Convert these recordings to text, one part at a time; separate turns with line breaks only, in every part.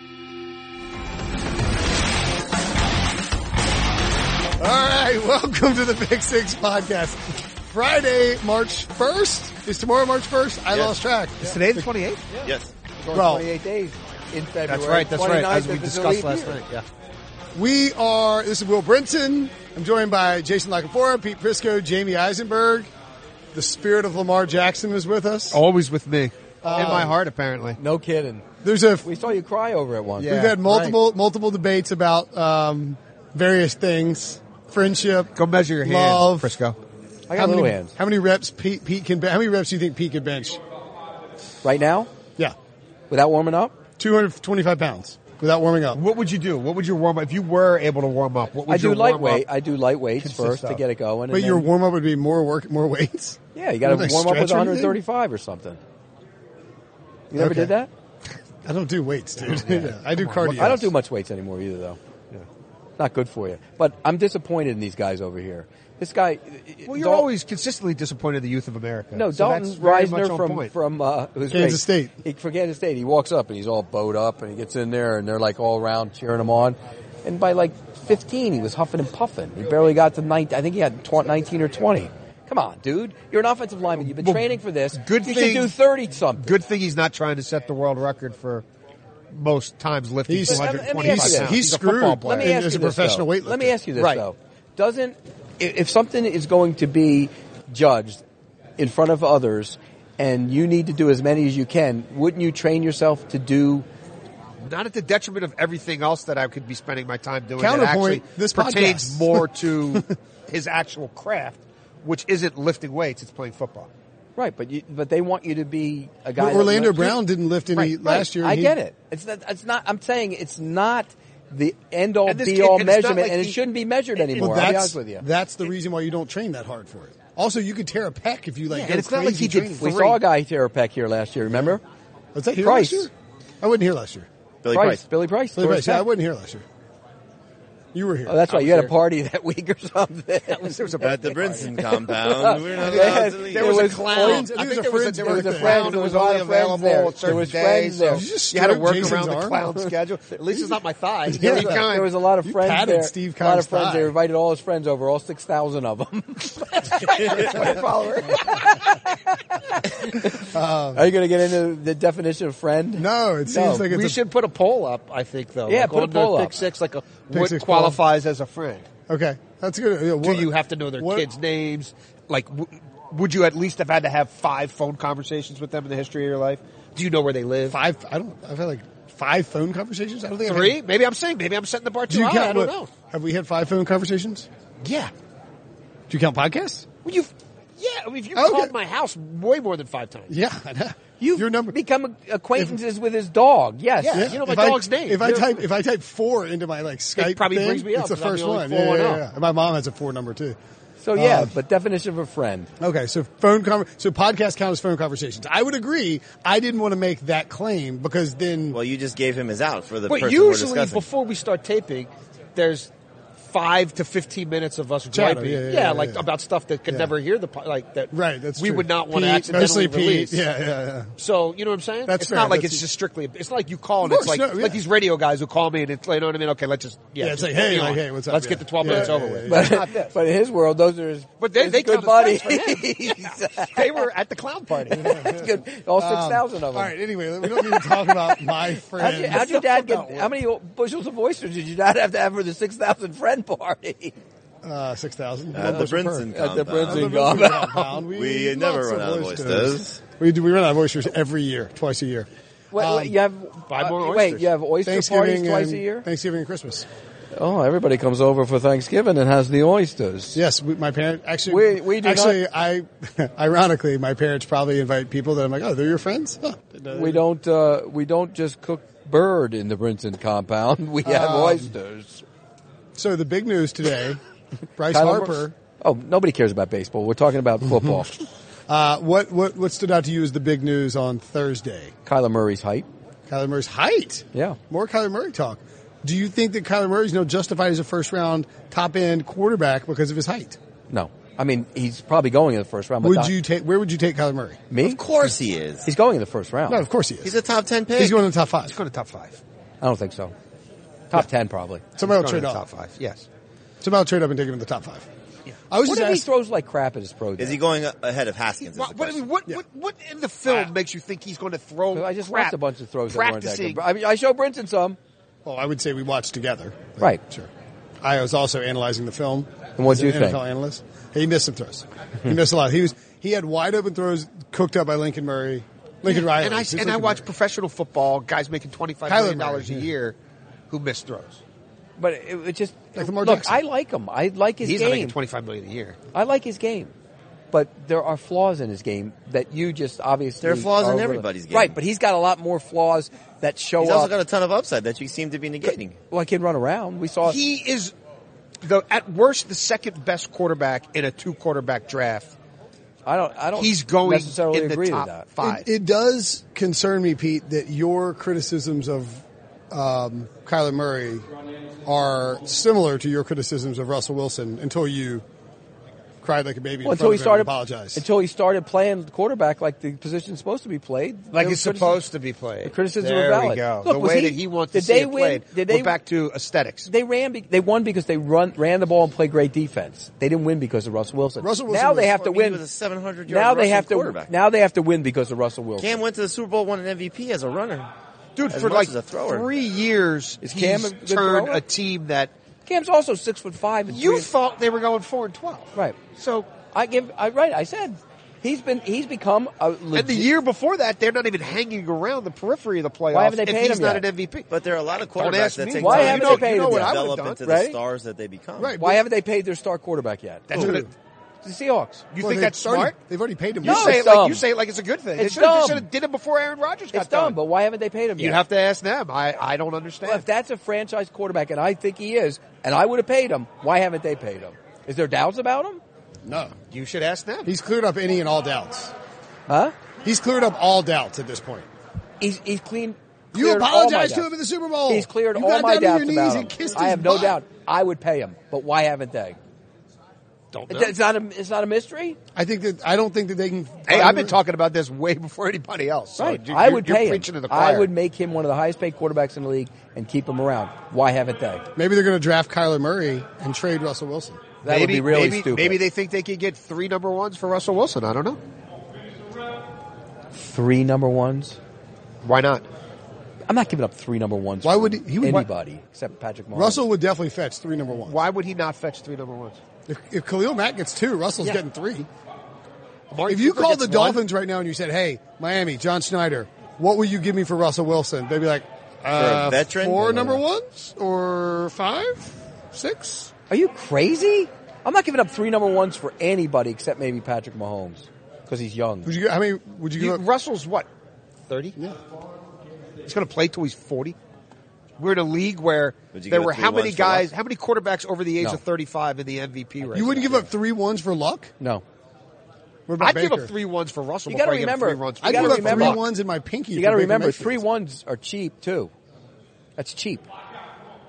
Welcome to the Big Six Podcast. Friday, March 1st. Is tomorrow March 1st? I
Yes.
lost track.
Is today the 28th?
Yes.
Going
Well,
28 days in February.
That's right, that's right.
29th
As we
if it's a
discussed
leap
last
year.
night. Yeah.
We are, this is Will Brinson. I'm joined by Jason Lacapora, Pete Prisco, Jamie Eisenberg. The spirit of Lamar Jackson was with us.
Oh.
Always with me. In my heart, apparently.
No kidding.
There's a,
We saw you cry over it once.
Yeah.
we've had multiple, multiple debates about, um, various things. Friendship.
Go measure your hand,
Love.
Frisco.
I
How
got little
many,
hands.
how many reps Pete, Pete can, how many reps do you think Pete could bench?
Right now,
Yeah.
without warming up,
225 pounds without warming up.
What would you do? What would your warm up? If you were able to warm up, what would
I do
your warm
lightweight.
Up?
I do lightweights
Consist
first to
of?
get it going. and
But your
then-
warm up would be more work, more weights.
yeah, you got
Don't
to
they
warm up with
stretch or anything?
135 or something. You never
Okay.
did that?
I don't do weights, dude. Yeah, I do cardio.
I don't do much weights anymore either, though. Not good for you. But I'm disappointed in these guys over here. This guy.
Well, you're
Dal-
always consistently disappointed the youth of America.
No,
so
Dalton
that's very much
Reisner
on
from
point.
from uh, it was
Kansas
great.
State.
He, from Kansas State, he walks up and he's all bowed up, and he gets in there, and they're like all around cheering him on. And by like 15, he was huffing and puffing. He barely got to 19. I think he had tw- 19 or 20. Come on, dude! You're an offensive lineman. You've been
Well,
training for this.
good
You
thing-
should do 30 something.
Good thing he's not trying to set the world record for most times lifting
He's- Let me-
let me
225
ask you
pounds.
this.
He's a football
Let
player.
Let me
and
ask
as
you
a
this,
professional
though.
weightlifter.
Let me ask you this
Right.
though: Doesn't i- if something is going to be judged in front of others, and you need to do as many as you can, wouldn't you train yourself to do?
not at the detriment of everything else that I could be spending my time doing.
Counterpoint,
that actually
this
pertains
podcast.
more to his actual craft, which isn't lifting weights; it's playing football.
Right, but you, but they want you to be a guy.
But
that
Orlando
lifts-
Brown didn't lift any
Right, right.
last year. and
I
he-
get it. It's not. It's not. I'm saying it's not the end all
And this
be
kid-
all
and it's not
measurement,
like
and it
he-
shouldn't be measured
Well,
anymore.
Well,
I'll be
that's
honest with you.
that's the reason why you don't train that hard for it. Also, you could tear a pec if you like.
Yeah,
go
and it's not like
crazy
he did
training.
we
three.
saw a guy tear a peck here last year. Remember?
Was that here
Price.
last year? I wasn't here last year.
Billy Price.
Billy Price.
Billy
tore
Price,
his
yeah, I
pec.
wasn't here last year. You were here.
Oh, that's
I
right.
was
You had a
there.
party that week or something.
There was a
At the Brinson compound. We're not
They had-
allowed to leave.
there was,
was
a clown.
friends-
I
I
think
think
there was a, there
there
was a
was a
clown
friend-
that was
there was a
only
lot of friends
available
there.
on certain
There was
days.
friends there.
so
Did you just
you had to
stroke
work
Jason's
around
arm?
the clown schedule. At least it's not my thighs.
Yeah.
Every time.
There was a lot of
You
friends
patted
there.
Steve
a lot
Kahn's
of friends.
thigh.
They invited all his friends over, all six thousand of them. Are you going to get into the definition of friend?
no, it seems like it's
we
a,
should put a poll up. I think though.
Yeah,
like,
put a
on the
poll up.
Pick six, like a, what
six poll.
qualifies as a friend.
okay. That's good. Yeah,
Do
what-
you have to know their
what-
kids' names? Like, w- would you at least have had to have five phone conversations with them in the history of your life? Do you know where they live?
Five. I don't. I've had like five phone conversations. I don't think I've
Three?
had-
Maybe I'm saying. Maybe I'm setting the bar
Do
too
you
high.
count?
I don't
what-
know.
Have we had five phone conversations?
Yeah.
Do you count podcasts?
Well, you've. Yeah. I mean, if you
Okay.
called my house way more than five times.
Yeah, I know.
You've
your number.
become acquaintances with his dog. Yes.
Yeah. you know my
If I-
dog's name.
If I
You're-
type if I type four into my like Skype,
probably
thing,
brings me up,
It's the
'cause I'm
first
the only
one.
four
Yeah,
one
yeah,
up.
yeah. And My mom has a four number too.
So yeah,
Uh,
but definition of a friend.
Okay, so phone con- so podcast count as phone conversations. I would agree. I didn't want to make that claim because then
Well, you just gave him his out for the
But
person we're
usually,
discussing.
before we start taping, there's five to fifteen minutes of us
Chatter,
griping.
yeah,
Yeah,
yeah, yeah,
like
yeah.
about stuff that could
Yeah.
never hear the po- like that.
right. That's
we
true.
would not want
Pete,
to
mostly
accidentally
Pete.
release.
Yeah, yeah, yeah.
So you know what I'm saying?
That's
it's
fair.
not like
That's-
it's just strictly. It's not like you call and
Of
it's
course,
like
no, yeah.
like these radio guys who call me and it's like, you know what I mean? Okay, let's just yeah.
Yeah, it's
just
like, hey,
you know,
like, hey, what's up,
Let's
yeah.
get the twelve
Yeah,
minutes
yeah,
over
yeah,
with.
yeah.
But
But, but in his world, those are his,
But they,
his
they count
good
as
buddies.
friends for him. Yeah. they were at the clown party.
Good. All six thousand of
Um,
them.
All right. Anyway, we don't need to talk about my
How'd, you,
friend.
how'd your dad get? How many bushels of oysters did your dad have to have for the six thousand friend party?
uh, six thousand?
At the Brinson
At the
compound.
Brinson.
compound.
We
eat
never
lots
run out of oysters.
We do. We run out of oysters every year, twice a year.
What,
Um,
what, you have uh,
buy more
Wait,
oysters.
you have oyster parties
Thanksgiving
twice
and
a year?
Thanksgiving and Christmas.
Oh, everybody comes over for Thanksgiving and has the oysters.
Yes, we, my parents actually.
We- we do
actually. I ironically, my parents probably invite people that I'm like, oh, they're your friends. Huh.
We don't. Uh, we don't just cook bird in the Brinson compound. We have
Um,
oysters.
So the big news today, Bryce
Tyler
Harper.
Brooks- Oh, nobody cares about baseball. We're talking about football.
Uh, what what what stood out to you as the big news on Thursday?
Kyler Murray's height.
Kyler Murray's height.
Yeah.
More Kyler Murray talk. Do you think that Kyler Murray's no justified as a first round top end quarterback because of his height?
No, I mean he's probably going in the first round. But
Would
not-
you take where would you take Kyler Murray?
Me?
Of course he is.
He's going in the first round.
No, of course he is.
Oh. He's a top ten pick.
He's going to the top five.
Let's go to top five.
I don't think so. Top ten probably.
Somebody will
Let's go to
trade
the top
up.
five. Yes.
Somebody will trade up and take him to the top five. I was
what
just
if he
asked-
throws like crap at his pro day?
Is he going a- ahead of Haskins? is
What,
the
what, I mean,
question.
what,
Yeah.
what, what in the film makes you think he's going to throw?
I just
crap
watched a bunch of throws that weren't that
practicing.
good. I mean, I show Brinson some.
Well, I would say we watched together. But
Right.
Sure. I was also analyzing the film.
And what'd
as an
you think?
NFL analyst. He missed some throws. he missed a lot. He was he had wide open throws cooked up by Lincoln Murray, Lincoln Riley.
and I
It's
and
Lincoln
I watch
Murray.
professional football guys making twenty five
Kyler
million
Murray,
dollars a
yeah.
year who miss throws.
But it, it just
Like Lamar
look.
Jackson.
I like him. I like his
He's not making
game.
twenty five million a year.
I like his game, but there are flaws in his game that you just obviously
There are flaws in
overlook.
everybody's game.
Right, but he's got a lot more flaws that show
He's
up.
also got a ton of upside that you seem to be negating.
well, I can run around. We saw.
He is the at worst the second best quarterback in a two quarterback draft.
I don't. I don't.
He's going
necessarily
in the
agree
top
with that.
five.
It, it does concern me, Pete, that your criticisms of um, Kyler Murray are similar to your criticisms of Russell Wilson until you cried like a baby
Well,
in front
until
of
he
him
started
and apologized.
Until he started playing quarterback like the position's supposed to be played,
like
there
it's
was criticism-
supposed to be played.
the criticisms
there
were valid.
We go.
Look,
the
was
way
he-
that he wants
did
to see
they
it
win-
played.
did they-
we're back to aesthetics.
They ran. Be, they won because they run ran the ball and played great defense. They didn't win because of Russell Wilson.
Russell Wilson
now they
was-
have to
I mean,
win.
he was a 700 yard
now they
rushing
have to.
quarterback.
Now they have to win because of Russell Wilson.
Cam went to the Super Bowl, won an MVP as a runner.
Dude,
As
for
much
like
as a thrower.
three years,
Is
he's
Cam a good
turned
thrower?
a team that
Cam's also six foot five. And
you
three-
thought they were going four and twelve.
Right.
So,
I give. I right. I said he's been. He's become a. Legit,
and the year before that, they're not even hanging around the periphery of the playoffs.
haven't they
if
paid
he's
him
not an
yet?
MVP?
But there are a lot of
Don't
quarterbacks
ask
that
me.
take
Why
time
haven't
to
they paid
develop
him yet?
develop
Right?
into
Right?
the stars that they become.
Right.
why haven't they paid their star quarterback yet?
That's
Who?
gonna-
the Seahawks.
you
Well,
think
they've
that's
already-
smart?
They've already paid him.
You
No,
say
it's
it like
dumb.
you say it like it's a good thing.
It's
they should have,
dumb.
did it before Aaron Rodgers got
It's dumb,
done.
but why haven't they paid him yet?
you have to ask them. I, I don't understand.
Well, if that's a franchise quarterback, and I think he is, and I would have paid him, why haven't they paid him? Is there doubts about him?
No.
you should ask them.
He's cleared up any and all doubts.
Huh?
He's cleared up all doubts at this point.
He's he's clean.
You
cleared all my
apologized to
doubts.
him in the Super Bowl.
He's cleared
Oh, You
all
got down
my
on
doubts
your
about
knees
him.
and kissed
I
his
have no
butt.
doubt. I would pay him, but why haven't they?
don't know.
It's not a it's not a mystery.
I think that I don't think that they can.
Hey, I've been talking about this way before anybody else. So
right?
you-
I
Oh, you're-
would
you're
pay him.
preaching to the
I
choir.
would make him one of the highest paid quarterbacks in the league and keep him around. Why haven't they?
Maybe they're going to draft Kyler Murray and trade Russell Wilson.
That would be really
maybe,
stupid.
Maybe they think they could get three number ones for Russell Wilson. I don't know.
three number ones.
Why not?
I'm not giving up three number ones.
Why
for
would he- he would-
anybody except Patrick Mahomes?
Russell would definitely fetch three number one.
Why would he not fetch three number ones?
If, if Khalil Mack gets two, Russell's
Yeah.
getting three.
Amari
If you
Cooper
called the
gets one.
Dolphins right now and you said, "Hey, Miami, John Schneider, what will you give me for Russell Wilson?" They'd be like, uh,
veteran?
four
Yeah.
number ones or five, six."
Are you crazy? I'm not giving up three number ones for anybody except maybe Patrick Mahomes because he's young.
Would you? How many would you
You-
give? up?
Russell's what? Thirty.
Yeah.
He's going to play till he's forty. We're in a league where
Would you
there
give
were
up
how
three
many
ones for
guys,
Russ?
how many quarterbacks over the age
No.
of thirty-five in the MVP race?
You wouldn't give up three ones for Luck.
No,
What about
I'd
Baker?
give up three ones for Russell.
You
before
gotta
I give up
remember-
three ones for
I'd
You
give
gotta
up
Russell.
remember-
three ones in my pinky.
you got to
for Baker
remember
Mayfield.
three ones are cheap too. That's cheap.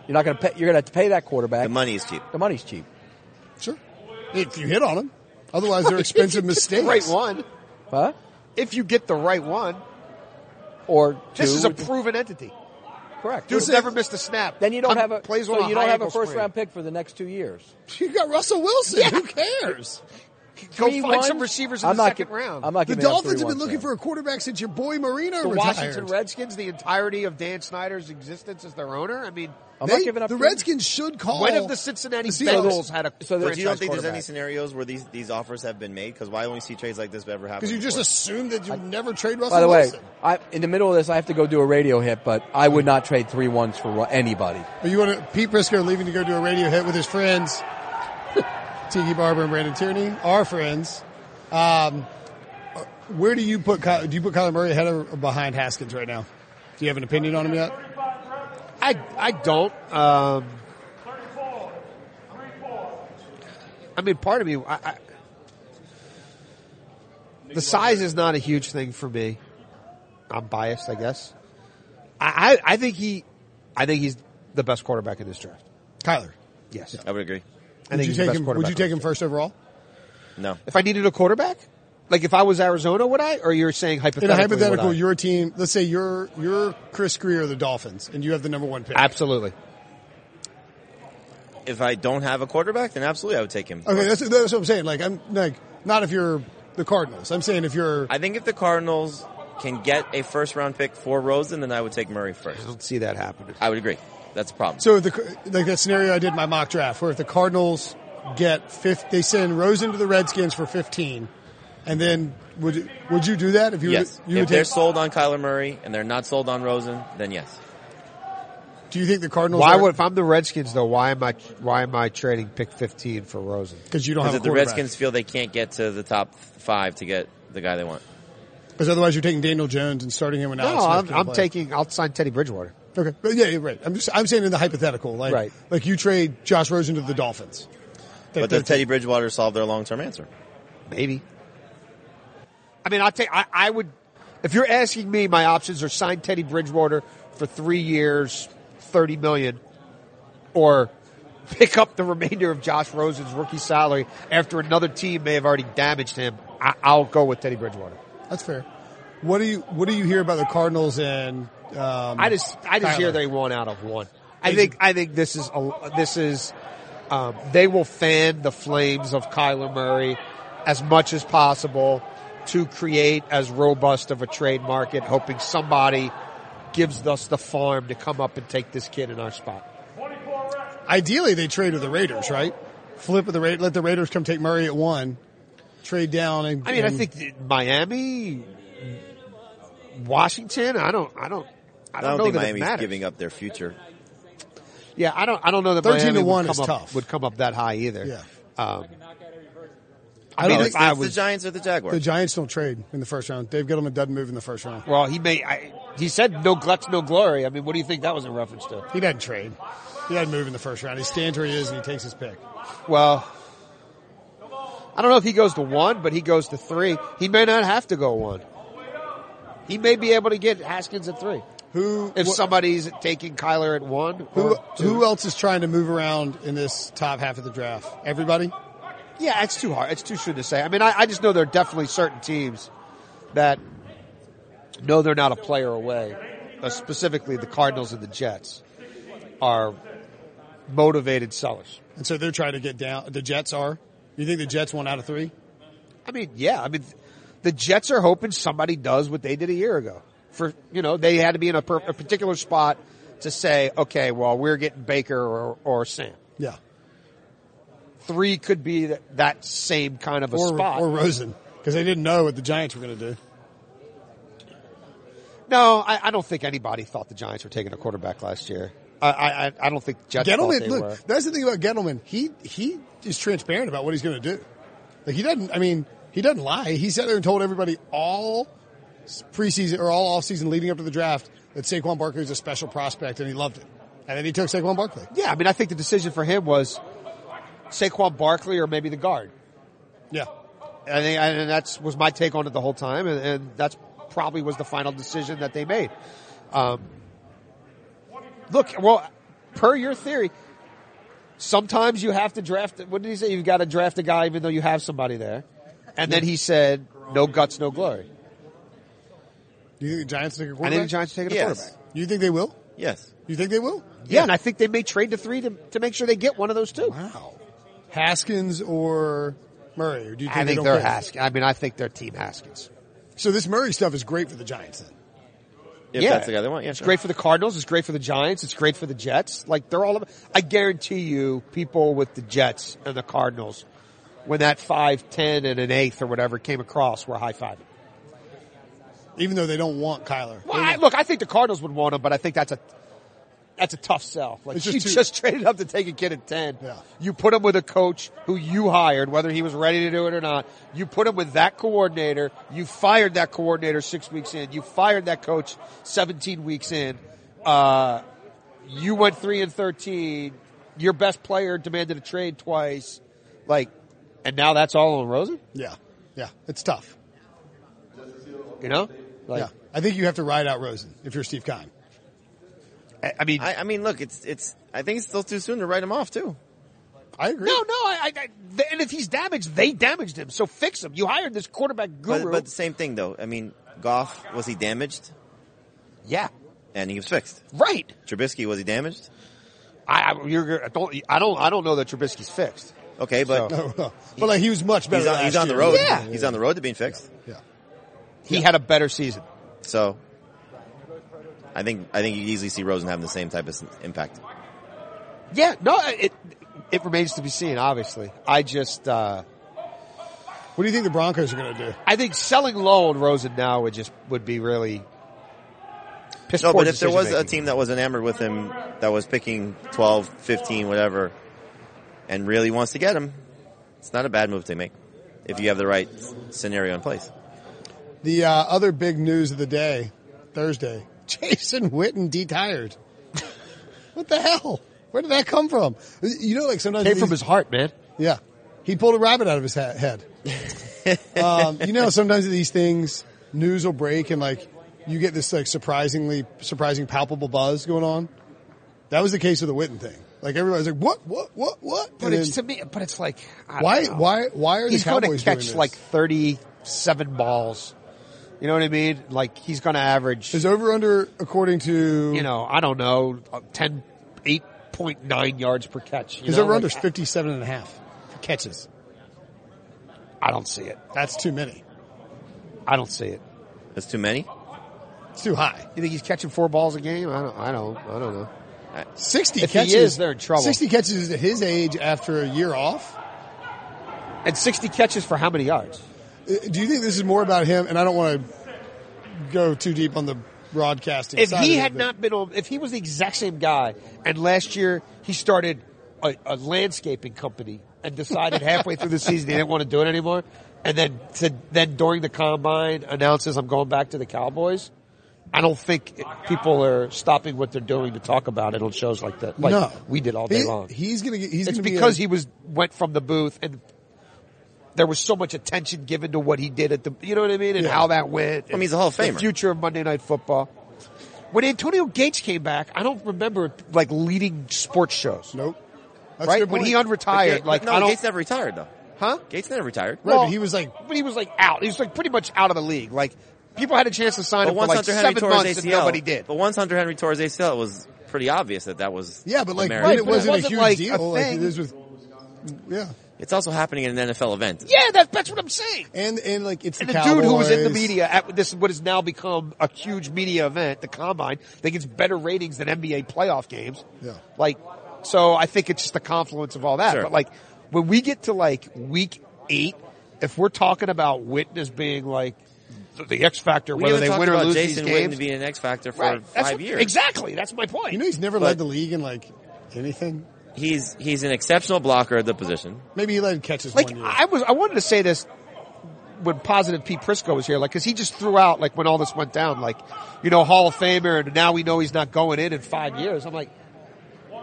You're not going to pay. You're going to have to pay that quarterback.
The money is cheap.
The money's cheap.
Sure. If you hit on them, otherwise they're expensive mistakes.
Right one.
Huh?
If you get the right one,
Or
this
two
is a
would be-
proven entity.
correct.
Dude's never missed a snap.
then you don't
Come-
have a
plays
so
on
you don't
high
have a
ankle
first
sprain.
round pick for the next two years.
You got Russell Wilson. Who cares?
Go
Three
find
ones?
some receivers in
I'm
the
not
second
gi-
round.
I'm not
The
giving up
Dolphins have
three
been
ones
looking
now.
for a quarterback since your boy Marino
the
retired.
Washington Redskins, the entirety of Dan Snyder's existence as their owner. I mean,
I'm
They-
not giving up
the
three-
Redskins should call.
when have the Cincinnati
Oh, the Seahawks.
Bengals had a
So
so
the-
But you don't think there's any
quarterback.
scenarios where these, these offers have been made? Because why don't we see trades like this ever happen?
Because you just
before?
assume that you never trade Russell
By the way,
Wilson.
I, in the middle of this, I have to go do a radio hit, but I would not trade three ones for ru- anybody.
Are you want to, Pete Briscoe leaving to go do a radio hit with his friends, Tiki Barber and Brandon Tierney, our friends. Um, where do you put Ky- do you put Kyler Murray ahead of or behind Haskins right now? Do you have an opinion on him yet?
I I don't. Um, I mean, part of me, I, I, the size is not a huge thing for me. I'm biased, I guess. I, I I think he, I think he's the best quarterback in this draft.
Kyler,
Yes,
I would agree.
I
would
think
you
he's the
take
best
him? Would
quarterback
you
in
take
this
him first overall?
No.
If I needed a quarterback, like if I was Arizona, would I? Or you're saying
In
hypothetically?
a hypothetical,
would I?
your team, let's say you're you're Chris Greer, of the Dolphins, and you have the number one pick.
absolutely.
if I don't have a quarterback, then absolutely I would take him.
Okay, that's, that's what I'm saying. Like, I'm like, not if you're the Cardinals. I'm saying if you're.
I think if the Cardinals can get a first round pick for Rosen, then I would take Murray
I
first.
don't see that happening.
I would agree. That's a problem.
So the like that scenario I did in my mock draft, where if the Cardinals get fifth, they send Rosen to the Redskins for fifteen, and then would would you do that if you
yes.
would, you
if
would
they're
take,
sold on Kyler Murray and they're not sold on Rosen, then yes.
Do you think the Cardinals?
Why would if I'm the Redskins though? Why am I why am I trading pick 15 for Rosen?
because you don't have
Because
a
if the
quarterback?
Redskins feel they can't get to the top five to get the guy they want.
Because otherwise, you're taking Daniel Jones and starting him. And
No,
Alex Smith
I'm,
can't
I'm
play.
taking. I'll sign Teddy Bridgewater.
Okay, but yeah, you're right. I'm just I'm saying in the hypothetical, like
Right.
like you trade Josh Rosen to the Dolphins. That-
But does
that-
Teddy Bridgewater solve their long term answer?
Maybe. I mean, I'll take. I, I would. If you're asking me, my options are sign Teddy Bridgewater for three years, thirty million, or pick up the remainder of Josh Rosen's rookie salary after another team may have already damaged him. I, I'll go with Teddy Bridgewater.
That's fair. What do you What do you hear about the Cardinals and? Um,
I just I just hear
Kyler.
they won out of one. I think I think this is a, this is um, they will fan the flames of Kyler Murray as much as possible to create as robust of a trade market, hoping somebody gives us the farm to come up and take this kid in our spot.
ideally they trade with the Raiders, right? Flip with the Raiders, let the Raiders come take Murray at one, trade down, and
I mean, I
and-
think that Miami, Washington. I don't, I don't, I
I
don't,
don't,
know
think
that it
Miami's
matters.
giving up their future.
Yeah, I don't. I don't know that
13 to
Miami
one
would
is
come up,
tough.
would come up that high either.
Yeah.
Um,
I
I
don't
mean,
think
if
It's-
I
it's the
was
Giants or the Jaguars.
the Giants don't trade in the first round. Dave Gettleman doesn't move in the first round.
well, he may. I, he said no guts, no glory. I mean, what do you think that was in reference to?
He doesn't trade. He doesn't move in the first round. He stands where he is and he takes his pick.
Well, I don't know if he goes to one, but he goes to three. He may not have to go one. He may be able to get Haskins at three
Who
if
wh-
somebody's taking Kyler at one.
who,
Or two.
who else is trying to move around in this top half of the draft? Everybody?
Yeah, it's too hard. It's too soon to say. I mean, I, I just know there are definitely certain teams that know they're not a player away. Uh, specifically, the Cardinals and the Jets are motivated sellers.
And so they're trying to get down. The Jets are. You think the Jets one out of three?
I mean, yeah. I mean, the Jets are hoping somebody does what they did a year ago. For you know, they had to be in a, per- a particular spot to say, okay, well, we're getting Baker or, or Sam.
Yeah.
Three could be th- that same kind of a
Or,
spot.
or Rosen. Because they didn't know what the Giants were going to do.
No, I, I don't think anybody thought the Giants were taking a quarterback last year. I I, I- I don't think Jets thought
Gettleman,
they
look,
were.
that's the thing about Gettleman. He he is transparent about what he's going to do. Like he doesn't. I mean, he doesn't lie. He sat there and told everybody all preseason or all offseason leading up to the draft that Saquon Barkley was a special prospect, and he loved it. And then he took Saquon Barkley.
Yeah, I mean, I think the decision for him was Saquon Barkley or maybe the guard.
Yeah,
I think, and that's was my take on it the whole time, and, and that's probably was the final decision that they made. Um, look, well, per your theory, sometimes you have to draft. What did he say? You've got to draft a guy even though you have somebody there. And then he said, "No guts, no glory."
do you think the Giants take a
I
quarterback?
think the Giants are taking a
Yes.
quarterback.
You think they will?
Yes.
You think they will?
Yeah, and I think they may trade to three to, to make sure they get one of those two.
Wow, Haskins or Murray? Or do you think
I
they
think
don't
they're
care?
Haskins. I mean, I think they're Team Haskins.
So this Murray stuff is great for the Giants. Then
If
Yeah.
that's the guy they want, yeah.
It's
sure.
great for the Cardinals. It's great for the Giants. It's great for the Jets. Like they're all. I guarantee you, people with the Jets and the Cardinals, when that five, ten, and an eighth or whatever came across, were high fiving.
even though they don't want Kyler,
Well, I, look, I think the Cardinals would want him, but I think that's a that's a tough sell. Like
It's
you
just
just,
too-
traded up to take a kid at ten.
Yeah.
You put him with a coach who you hired, whether he was ready to do it or not. You put him with that coordinator. You fired that coordinator six weeks in. You fired that coach seventeen weeks in. Uh, you went three and thirteen. Your best player demanded a trade twice. Like, and now that's all on Rosen.
yeah, yeah, it's tough.
You know, like
yeah, I think you have to ride out Rosen if you're Steve Kime.
I, I mean,
I, I mean, look, it's it's. I think it's still too soon to write him off too.
I agree.
No, no. I, I, I, th- and if he's damaged, they damaged him. So fix him. You hired this quarterback
But,
guru.
but the same thing though. I mean, Goff was he damaged,
yeah,
and he was fixed.
right.
Trubisky was he damaged?
I, I- you're, I don't, I don't, I don't know that Trubisky's fixed.
Okay, but
So-
but like he was much better.
he's, on,
last
he's on the
year.
road.
Yeah.
He's on the road to being fixed.
Yeah.
He had a better season.
So I think I think you easily see Rosen having the same type of s- impact.
Yeah, no, it, it remains to be seen, obviously. I just, uh,
What do you think the Broncos are going to do?
I think selling low on Rosen now would just, would be really piss
No,
poor
but if there was a
decision-making.
team that was enamored with him, that was picking 12, 15, whatever, and really wants to get him, it's not a bad move to make if you have the right scenario in place.
The uh, other big news of the day, Thursday, Jason Witten detired. what the hell? Where did that come from? You know, like sometimes
came
these-
from his heart, man.
yeah, he pulled a rabbit out of his ha- head. um, you know, sometimes these things, news will break and like you get this like surprisingly surprising palpable buzz going on. That was the case with the Witten thing. Like everybody's like, what, what, what, what?
But
And
it's to
then,
me, but it's like I don't
why,
know.
why, why are the
he's going to
Cowboys doing
catch
this?
like thirty-seven balls. You know what I mean? Like he's going to average,
Is over under according to
you know, I don't know, 10, 8.9 yards per catch. You
His
know?
over under
Like,
is 57 and a half for catches.
I I don't see it.
That's too many.
I don't see it.
That's too many.
It's too high.
You think he's catching four balls a game? I don't. I don't. I don't know.
60
If he
catches.
is, they're in trouble.
60 catches at his age after a year off.
And sixty catches for how many yards?
Uh, Do you think this is more about him? And I don't want to go too deep on the broadcasting
If
side
he
of it,
had
but
not been on, if he was the exact same guy, and last year he started a, a landscaping company and decided halfway through the season he didn't want to do it anymore, and then to, then during the combine announces I'm going back to the Cowboys, I don't think it- people are stopping what they're doing to talk about it on shows like that. Like
no.
we did all day
He-
long.
He's going to get. He's
it's
gonna be
because
a-
he was went from the booth and. There was so much attention given to what he did at the, you know what I mean, and
Yeah.
how that went.
I mean, he's a Hall of
The
Famer.
future of Monday Night Football. When Antonio Gates came back, I don't remember like leading sports shows.
Nope. That's a
right
good
when
point.
he
But
unretired,
Ga-
like
no,
I don't,
Gates never retired though.
huh?
Gates never retired.
Right,
Well-
but he was like,
But he was like out. He was like pretty much out of the league. Like people had a chance to sign
But
him
once
for like
Hunter Henry
seven
tore his
months,
ACL,
and nobody did.
But once Hunter Henry tore his ACL, it was pretty obvious that that was
yeah, but
the
like,
merit
right,
for
it
but
that.
wasn't,
it
a
wasn't
huge
like a
deal like it
thing.
is with, yeah.
It's also happening in an NFL event.
yeah, that, that's what I'm saying.
And, and like, it's
And
the,
the dude who was in the
Cowboys.
media at this is what has now become a huge media event, the combine, that gets better ratings than NBA playoff games.
Yeah.
Like, so I think it's just the confluence of all that.
Sure.
But like, when we get to like week eight, if we're talking about witness being like the- the X factor,
We
whether
haven't
they
talked
win or
about
lose
Jason
these
Witten
games,
being an X factor for
right? That's
five
what-
years.
Exactly. That's my point.
You know, he's never
But-
led the league in like anything.
He's he's an exceptional blocker at the position.
Maybe he led catches
like
one year.
I was, I wanted to say this when positive Pete Prisco was here, like, cause he just threw out, like, when all this went down, like, you know, Hall of Famer, and now we know he's not going in in five years. I'm like,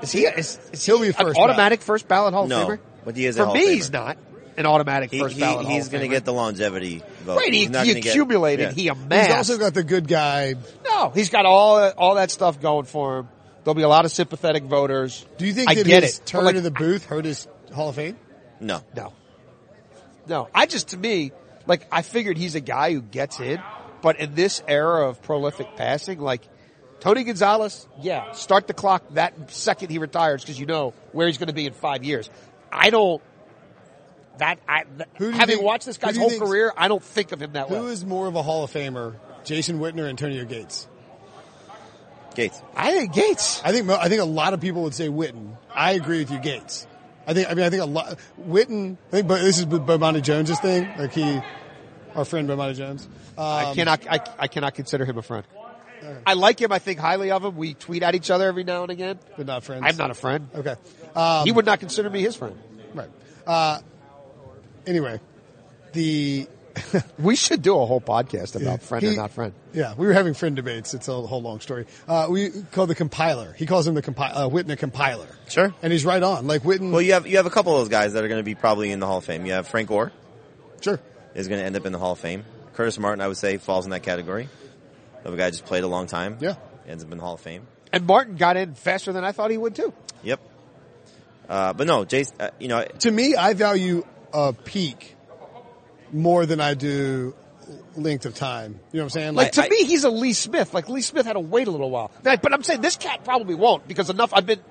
is he, is, is
He'll
he
be first
an automatic first ballot Hall
No,
of Famer?
but he is a
For
Hall of
me,
Famer.
he's not an automatic
He,
first
he-
ballot.
he's
going
going to get the longevity vote.
right. He,
He's not
he
gonna get-
accumulated.
yeah.
He
He's
amassed.
also got the good guy.
no, he's got all all that stuff going for him. There'll be a lot of sympathetic voters.
Do you think
I
that
get
his
it? but,
turn
like,
to the booth hurt his Hall of Fame?
No.
No. No. I just, to me, like, I figured he's a guy who gets in, but in this era of prolific passing, like, Tony Gonzalez, yeah, start the clock that second he retires because you know where he's going to be in five years. I don't, that, I, th-
Who do you
having
think-
watched this
who
guy's
do you
whole
think's-
career, I don't think of him that
Who
way.
is more of a Hall of Famer, Jason Witten or Antonio Gates?
Gates.
I think Gates.
I think mo- I think a lot of people would say Witten. I agree with you, Gates. I think I mean I think a lot Witten. I think but this is B- Bomani Jones's thing. Like he, our friend Bomani Jones. Um, Uh.
I cannot, I, I cannot consider him a friend. I like him. I think highly of him. We tweet at each other every now and again.
but not friends.
I'm not a friend.
okay. Um,
He would not consider me his friend.
right. Uh, anyway, the
We should do a whole podcast about friend or
He-
not friend.
Yeah, we were having friend debates. It's a whole long story. Uh, we call the compiler. He calls him the compi- uh, Witten a compiler.
Sure.
and he's right on. Like Witten,
Well, you have you have a couple of those guys that are going to be probably in the Hall of Fame. You have Frank Gore
sure.
is going to end up in the Hall of Fame. Curtis Martin, I would say, falls in that category of a guy just played a long time.
Yeah.
ends up in the Hall of Fame.
And Martin got in faster than I thought he would too.
Yep. Uh, but no, Jason. Uh, you know,
To me, I value a peak more than I do length of time. You know what I'm saying?
Like to
I-
me, he's a Lee Smith. Like Lee Smith had to wait a little while. Like, but I'm saying this cat probably won't because enough. I've been
Do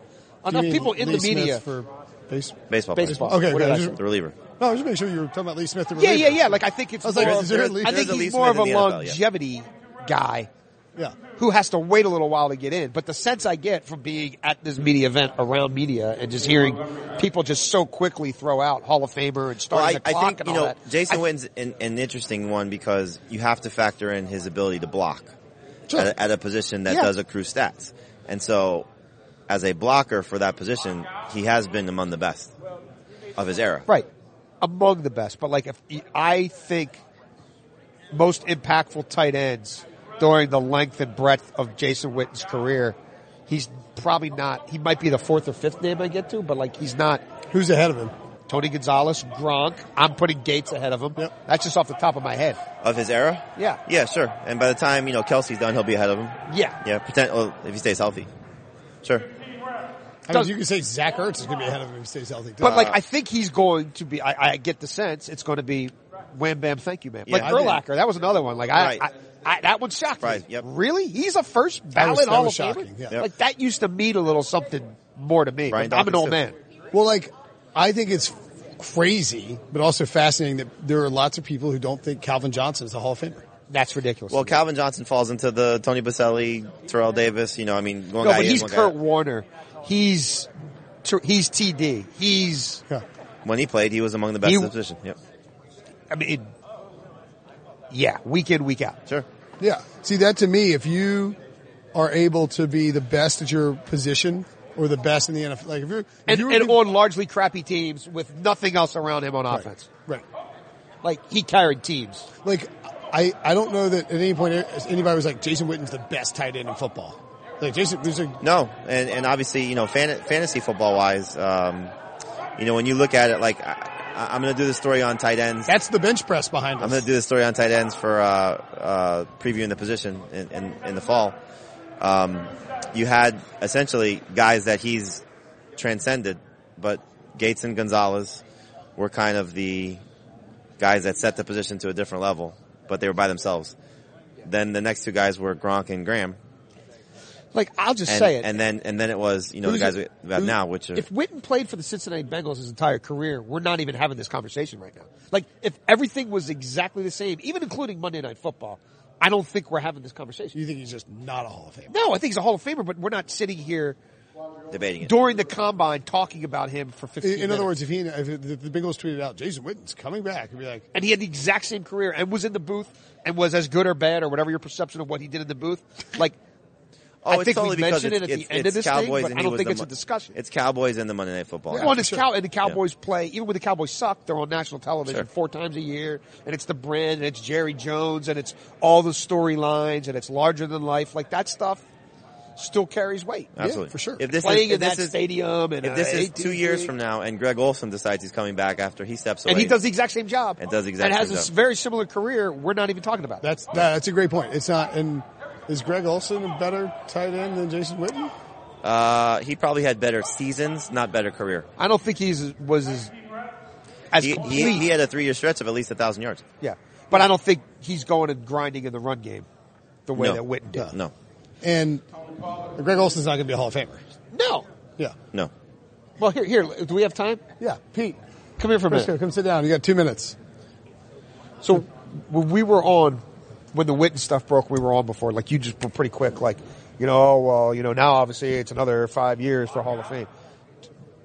you
enough
mean
people in
Lee
the media.
Smith for base.
Baseball.
Baseball.
players.
Okay,
What did
okay,
I
just-
The reliever.
no, I was just making sure you were talking about Lee Smith. The
yeah, yeah,
reliever.
yeah. Like I think it's
I was
more.
like, is there a Lee-
I think
There's a Lee
he's more of
Smith
a
in the NFL, yeah.
longevity guy
yeah.
who has to wait a little while to get in. But the sense I get from being at this media event around media and just hearing people just so quickly throw out Hall of Famer and
Well,
starting
I,
the
I
clock
think
and
you
all
know
that.
Jason Witten's an, an interesting one because you have to factor in his ability to block
Sure.
at, a, at a position that
Yeah.
does accrue stats, and so as a blocker for that position, he has been among the best of his era.
Right. Among the best. But like if I think most impactful tight ends during the length and breadth of Jason Witten's career, he's probably not he might be the fourth or fifth name I get to, but like he's not
Who's ahead of him?
Tony Gonzalez, Gronk. I'm putting Gates ahead of him.
Yep.
That's just off the top of my head.
Of his era,
Yeah.
yeah, sure. And by the time you know Kelsey's done, he'll be ahead of him.
Yeah.
Yeah, pretend, well, if he stays healthy, sure.
I mean,
Does-
you can say Zach Ertz is going to be ahead of him if he stays healthy.
But
Uh,
like I think he's going to be I, I get the sense it's going to be wham bam thank you man.
Yeah,
like
I
Urlacher, that was another one. Like I,
Right.
I, I that one shocked
Right,
me.
yep.
Really? He's a first
That was-
ballot
that
Hall
was
of Famer?
shocking, yeah. Yep.
Like that used to mean a little something more to me.
Brian
Like, I'm an
Dawkins,
old
too.
man.
well, like I think it's crazy, but also fascinating that there are lots of people who don't think Calvin Johnson is a Hall of Famer.
That's ridiculous.
Well, Calvin Johnson falls into the Tony Baselli, Terrell Davis. You know, I mean, one
no,
guy
but
in,
he's
one guy
Kurt
out.
Warner. He's tr- he's TD. He's
Yeah.
When he played, he was among the best
He-
in the position. Yep,
I mean yeah, week in week out.
sure.
Yeah. See, that to me, if you are able to be the best at your position or the best in the NFL, like if you're, if
And,
you were
and
to-
on largely crappy teams with nothing else around him on offense.
right.
Like he carried teams.
Like I, I don't know that at any point anybody was like Jason Witten's the best tight end in football. Like Jason, there's a
No, and and obviously, you know, fan, fantasy football wise, um, you know, when you look at it, like I, I'm going to do the story on tight ends.
that's the bench press behind us.
I'm going to do the story on tight ends for uh, uh, previewing the position in, in, in the fall. Um, you had essentially guys that he's transcended, but Gates and Gonzalez were kind of the guys that set the position to a different level, but they were by themselves. Then the next two guys were Gronk and Graham,
Like I'll just
and,
say it.
and then and then it was you know
Who's
the guys
it-
we have
who-
now, which are
if Witten played for the Cincinnati Bengals his entire career, we're not even having this conversation right now. Like if everything was exactly the same, even including Monday Night Football, I don't think we're having this conversation.
you think he's just not a Hall of Famer?
No, I think he's a Hall of Famer, but we're not sitting here
debating it.
during the combine talking about him for 15
In, in other
minutes.
words, if he if the the Bengals tweeted out Jason Witten's coming back, it'd be like,
and he had the exact same career and was in the booth and was as good or bad or whatever your perception of what he did in the booth. Like
Oh,
I
it's
think
totally
we
because
mentioned it
it's-
at the
it's-
end of
it's
this
Cowboys
thing, but
and
I
he
don't
was
think
the
it's a
Mon-
discussion.
It's Cowboys and the Monday Night Football.
One is
Sure.
Oh, cow, and the Cowboys play even when the Cowboys suck, they're on national television
Sure.
four times a year, and it's the brand, and it's Jerry Jones, and it's all the storylines, and it's larger than life. Like that stuff still carries weight.
Absolutely,
for sure.
If this
Playing
is,
in
if this
that
is,
stadium, and
if this
uh,
is two
18
years
gig,
from now, and Greg Olson decides he's coming back after he steps away,
and he does the exact same job,
And does the exact
and has
same
a s-
job.
very similar career, we're not even talking about.
that's that's a great point. It's not. And is Greg Olson a better tight end than Jason Witten?
Uh, he probably had better seasons, not better career.
I don't think he's was as as
He,
complete.
he, he had a three-year stretch of at least a thousand yards.
yeah, but I don't think he's going and grinding in the run game the way
No.
that Witten did.
No,
And Greg Olson's not going to be a Hall of Famer.
Mm-hmm.
No.
Yeah,
no.
Well, here, here. Do we have time?
yeah. Pete,
Come here for a minute.
Frisco, come sit down. You got two minutes.
So when we were on, when the Witten stuff broke, we were on before. Like you just were pretty quick. Like, you know, oh, well, you know, now obviously it's another five years for Hall of Fame.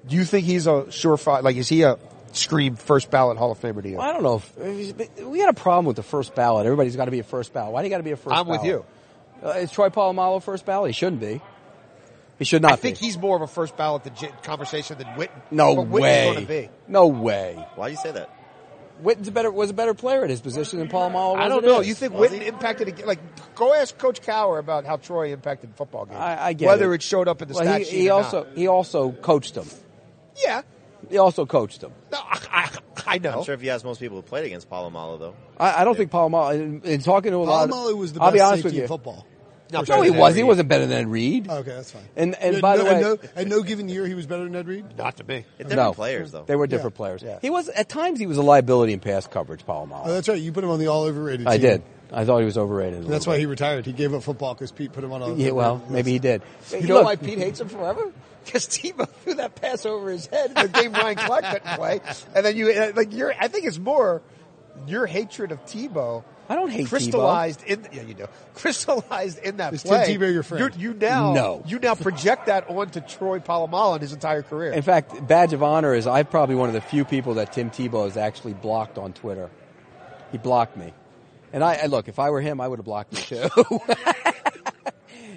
Do you think he's a surefire? Like, is he a scream first ballot Hall of Famer to you?
I don't know. If, we had a problem with the first ballot. Everybody's got to be a first ballot. Why do you got to be a first
I'm
ballot?
with you.
Uh, is Troy Polamalu first ballot? He shouldn't be. He should not
I think
be.
he's more of a first ballot than J- conversation than Witten.
no
But Witten's gonna
way.
be.
No way.
Why do you say that?
Witten's a better was a better player at his position than Polamalu.
I
was
don't
at
know.
his.
You think
Was
Witten
he?
impacted? a- Like, go ask Coach Cower about how Troy impacted football games.
I, I get
whether
it.
it. showed up in the
well,
stat
he,
sheet
he
or
also
not.
he also coached him.
Yeah.
He also coached him.
No, I, I, I know.
I'm sure if you ask most people who played against Palomalo, though,
I, I don't think Polamalu. In, in talking to a lot, of-
Palomalo was the
I'll
best
be honest
safety
with you. Oh,
in football. Oh,
No,
No, he
Better than
was. He
Reed.
wasn't better than Reed.
Okay, that's fine.
And- and
Yeah,
by the
no, at
way-
no, at no given year he was better than Ned Reed.
Not to me.
it's different
no
players though.
They were different players.
Yeah. Oh,
He was at times he was a liability in pass coverage. Palomalo.
Oh, that's right. You put him on the all overrated.
I
team.
did. I thought he was overrated. a little
That's why
bit.
he retired. He gave up football because Pete put him on a.
Yeah, well, maybe he did.
You know why Pete hates him forever? Because Tebow threw that pass over his head the game Ryan Clark couldn't play, and then you uh, like your. I think it's more your hatred of Tebow.
I don't hate Tebow.
crystallized in yeah you do crystallized in that
Is Tim
play.
Tebow your friend?
You, you now
No.
you now project that onto Troy Polamalu in his entire career.
In fact, badge of honor is I'm probably one of the few people that Tim Tebow has actually blocked on Twitter. He blocked me, and I, I look. If I were him, I would have blocked me too.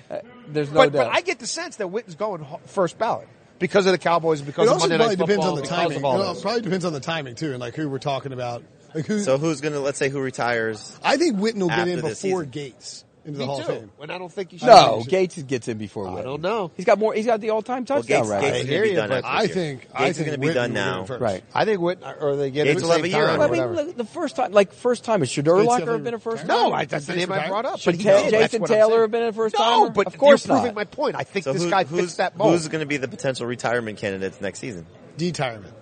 Uh, There's no
but,
doubt.
but I get the sense that Witten's going ho- first ballot because of the Cowboys, because
It
of
also
Monday Night
probably depends
Football,
on the
because
timing.
of
It
all
all-
this.
probably depends on the timing too, and like who we're talking about. Like who?
So who's gonna let's say who retires?
I think Witten will get
After
in
this
before
season.
Gates into the
Me
Hall of
too.
Fame.
And I don't think he should.
no, Gates gets in before.
I
Witten.
don't know.
He's got more. He's got the all-time
Well,
touchdown
Gates,
record.
Gates is
I hear
gonna be
you,
done
but
after
I
this year.
think.
Gates
I
is
think
gonna be
Witten
done
will get in
now.
first.
Right.
I think Witten or they get it at
Gates will
the
have
same
a year
time
on
or
I
it.
mean,
whatever.
look, the first time, like first time, is Shadurlocker
ever
have been a first
retired?
time?
No, I, that's the name I brought up.
Should
But he
Ta-
did. That's
Jason
what I'm
Taylor
saying.
have been a first
No,
timer?
but
Of course
you're proving
not.
my point. I think
So
this
who-
guy
who's,
fits that mold.
Who's going to be the potential retirement candidates next season?
Detirement.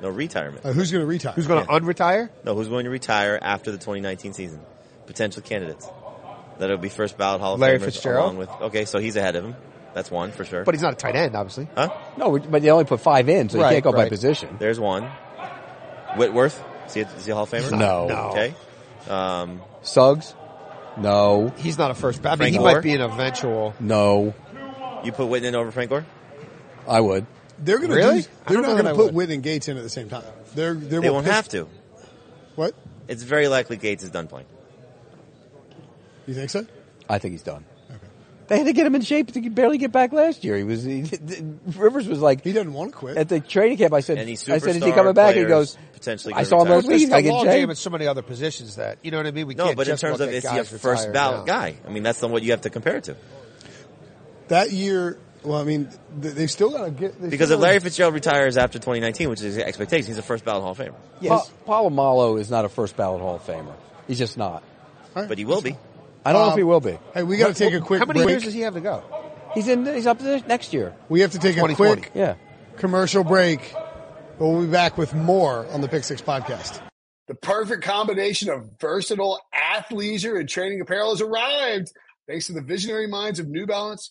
No retirement.
Uh, who's going to retire?
Who's going to unretire?
No, who's going to retire after the 2019 season? Potential candidates that'll be first ballot Hall of
Larry
Famers
Fitzgerald?
along with. Okay, so he's ahead of him. That's one for sure.
But he's not a tight end, obviously.
huh?
No, but they only put five in, so
Right,
you can't go by
right.
position.
There's one. Whitworth. Is he, is he a Hall of Famer?
No.
No.
Okay. Um,
Suggs? No,
He's not a first. I mean,
Frank
he
Gore?
might be an eventual.
no,
you put Whitman over Frank Gore?
I would.
They're going to
Really? I
they're
don't
not
know that
going to
I
put
would.
Witten and Gates in at the same time. They're, they're
They won't have to.
What?
It's very likely Gates is done playing.
You think so?
I think he's done. They had to get him in shape to barely get back last year. He was he, Rivers was like
He doesn't want to quit.
at the training camp. I said,
Any
I said, is he
superstar
coming back? He
players
goes,
potentially
I
could
saw him
retire.
last week. I
There's the
get
long game
shape.
at so many other positions that you know what I mean. We
No,
can't
but in
just
terms
look at
of is he a
guys
first
retired
ballot
now.
guy? I mean, that's the what you have to compare it to.
that year, well, I mean, they, they still got to get they
Because
still
if Larry
gotta-
Fitzgerald retires after 2019, which is the expectation, he's a first ballot Hall of Famer.
Yes. Palomalo is not a first ballot Hall of Famer. He's just not.
All right.
But he will be.
I don't know
Um,
if he will be.
Hey, we got to take a quick
How many
break.
years does he have to go?
He's in. He's up there next year.
we have to take a
2020?
quick
Yeah.
commercial break, but we'll be back with more on the Pick Six podcast.
The perfect combination of versatile athleisure and training apparel has arrived. Thanks to the visionary minds of New Balance,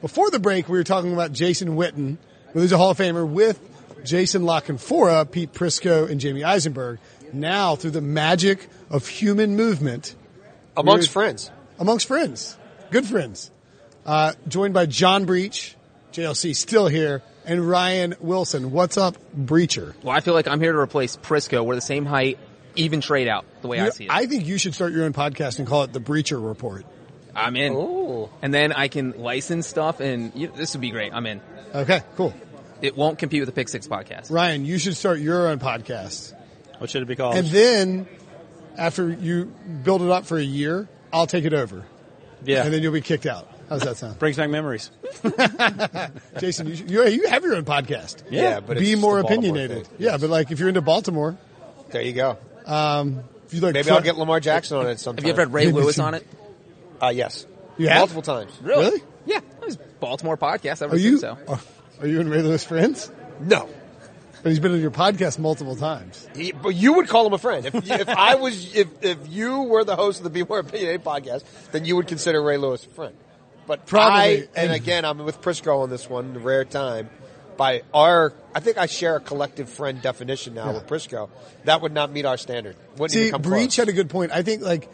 before the break, we were talking about Jason Witten, who's a Hall of Famer, with Jason Lockenfora, Pete Prisco, and Jamie Eisenberg. Now, through the magic of human movement
Amongst
Weird.
friends,
amongst friends, good friends, uh, joined by John Breach, JLC still here, and Ryan Wilson. What's up, Breacher?
Well, I feel like I'm here to replace Prisco. We're the same height, even trade out the way I see it.
I think you should start your own podcast and call it the Breacher Report.
I'm in.
Oh.
Ooh.
And then I can license stuff, and you, this would be great. I'm in.
Okay, cool.
It won't compete with the Pick Six podcast.
Ryan, you should start your own podcast.
What should it be called?
And then after you build it up for a year, I'll take it over.
yeah.
And then you'll be kicked out. How does that sound?
Brings back memories.
Jason, you, should, you, you have your own podcast.
Yeah, Yeah,
but it's
Be
just
more
the Baltimore
opinionated.
thing.
Yeah, but like if you're into Baltimore,
there you go.
um, if you like
Maybe
Flo-
I'll get Lamar Jackson on it sometime.
Have you ever read Ray
Maybe
Lewis
some-
on it?
Uh, yes.
You have?
multiple times.
Really?
Really?
Yeah. It was Baltimore podcast ever
Are you?
since so.
Are, are you and Ray Lewis friends?
No,
But he's been on your podcast multiple times.
He- but you would call him a friend. If, if I was, if if you were the host of the Be More Opinionated podcast, then you would consider Ray Lewis a friend. But
Probably.
I, and again, I'm with Prisco on this one, the rare time. By our, I think I share a collective friend definition now with Prisco. That would not meet our standard. Wouldn't
See,
even come
Breach
close.
had a good point. I think like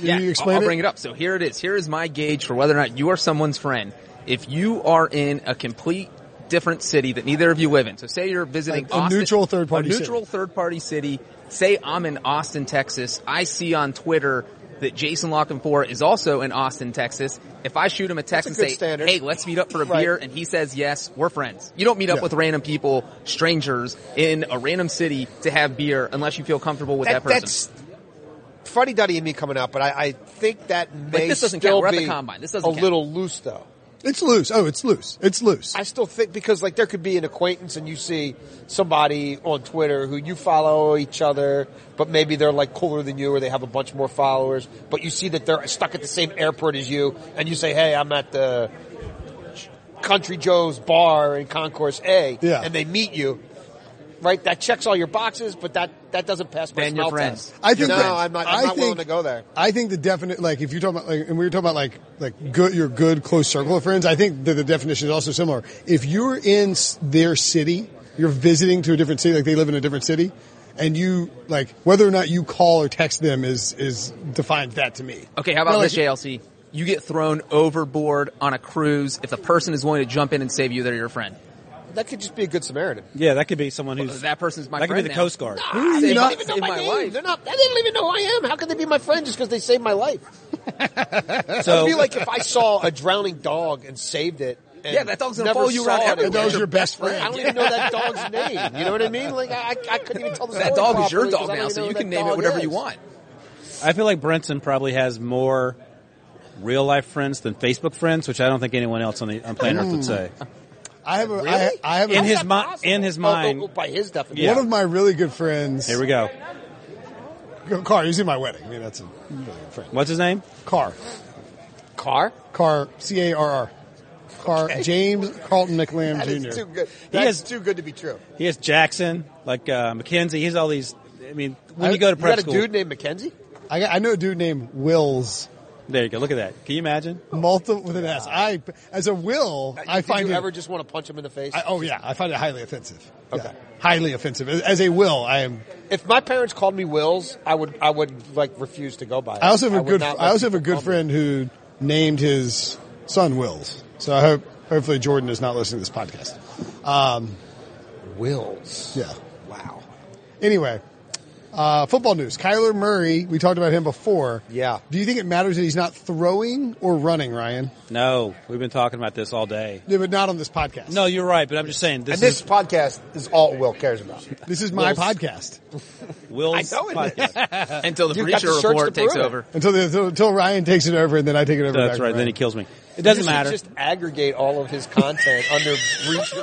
Yeah,
you
I'll-
explain
I'll
it.
bring it up. So here it is. Here is my gauge for whether or not you are someone's friend. If you are in a complete different city that neither of you live in, so say you're visiting
Like a
Austin-
neutral third-party
a neutral third party city. Say I'm in Austin, Texas. I see on Twitter that Jason Lockenfor is also in Austin, Texas. If I shoot him a text and
good
say,
standard.
"Hey, let's meet up for a
Right.
beer," and he says yes, we're friends. You don't meet up
Yeah.
with random people, strangers in a random city to have beer unless you feel comfortable with that, person.
That's Fuddy Duddy and me coming out, but I, I think that may
this doesn't
still
count. We're at
be
the combine. This doesn't
a
count.
little loose though.
It's loose. Oh, it's loose. It's loose.
I still think because like there could be an acquaintance and you see somebody on Twitter who you follow each other, but maybe they're like cooler than you or they have a bunch more followers, but you see that they're stuck at the same airport as you and you say, Hey, I'm at the Country Joe's bar in Concourse A
Yeah.
and they meet you. Right, that checks all your boxes, but that, that doesn't pass my
Then you're
smell
friends.
test.
I think
no,
that-
I'm not,
I
I'm not willing
think-
to go there.
I think the definite, like, if you're talking about, like, and we were talking about, like, like good, your good close circle of friends. I think that the definition is also similar. If you're in s- their city, you're visiting to a different city, like they live in a different city, and you like whether or not you call or text them is is defines that to me.
Okay, how about
Now,
this,
like,
JLC? You get thrown overboard on a cruise. If the person is willing to jump in and save you, they're your friend.
That could just be a good Samaritan.
Yeah, that could be someone who's
That person's my
That could
friend.
be the
now.
Coast Guard.
Ah, they
Save
don't
my-
even know
save
my,
my
name.
life.
They're not. They don't even know who I am. How can they be my friend just because they saved my life?
So
It'd be like if I saw a drowning dog and saved it. and
Yeah, that dog's gonna
never
follow you around
saw it
everywhere.
again.
That dog's your best friend.
I don't even know that dog's name. You know what I mean? Like I, I couldn't even tell the
That
story
dog is your
properly 'cause
dog
I don't
now,
even know
so you
who
can
that
name it
dog
whatever
is.
you want.
I feel like Brenton probably has more real life friends than Facebook friends, which I don't think anyone else on the on planet Earth would say.
Mm.
I have a, I ha- I have a,
In his
That's
mind,
possible.
in his
Oh,
mind.
oh, oh, by his definition.
Yeah.
one of my really good friends.
Here we go.
go. Car, he's in my wedding. I mean, that's a really good friend.
What's his name?
Car,
Car?
car, C A R R, car. James Carlton McLam
That
Jr.
is too good.
He
That's
has-
too good to be true.
He has Jackson, like uh, Mackenzie. He's all these. I mean, when
I-
you go to
You
prep
got a
school,
dude named Mackenzie?
I, got- I know a dude named Wills.
there you go. Look at that. Can you imagine?
Multiple with an S. I as a will, I
Uh, Did
find
you
it.
ever just want to punch him in the face?
I, oh yeah, I find it highly offensive.
Okay.
Yeah. highly offensive. As, as a will, I am.
If my parents called me Wills, I would I would like refuse to go by it.
I also have a
would
good.
not
I
let
also have a
people
good
call me.
friend who named his son Wills. So I hope, hopefully, Jordan is not listening to this podcast. Um,
Wills.
yeah.
Wow.
Anyway, uh, football news. Kyler Murray. We talked about him before.
Yeah.
Do you think it matters that he's not throwing or running, Ryan?
No, we've been talking about this all day.
Yeah, but not on this podcast.
No, you're right, but I'm just saying this,
And this
is
podcast is all Will cares about.
this is my
Wills.
podcast.
Will's
I know it
podcast.
is.
Until the
You Uh, got to
breacher
search
report
the
takes
perimeter.
over.
Until, the, until until Ryan takes it over, and then I take it over. back
That's
from
right. Then he
Ryan.
kills me. It doesn't
You should
matter.
Just aggregate all of his content under Breacher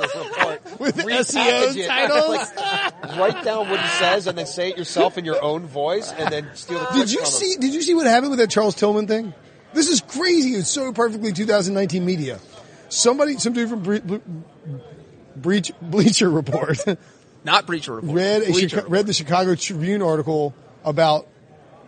Report
With
Repackage
SEO
it.
titles?
Like, write down what he says and then say it yourself in your own voice, and then steal the.
Did
credit
you
from him.
see? Did you see what happened with that Charles Tillman thing? This is crazy. It's so perfectly 2019 media. Somebody, some dude from Bre- Ble- Breach, Bleacher Report
Not breacher report.
read a
Bleacher
Chica- read the Chicago Tribune article about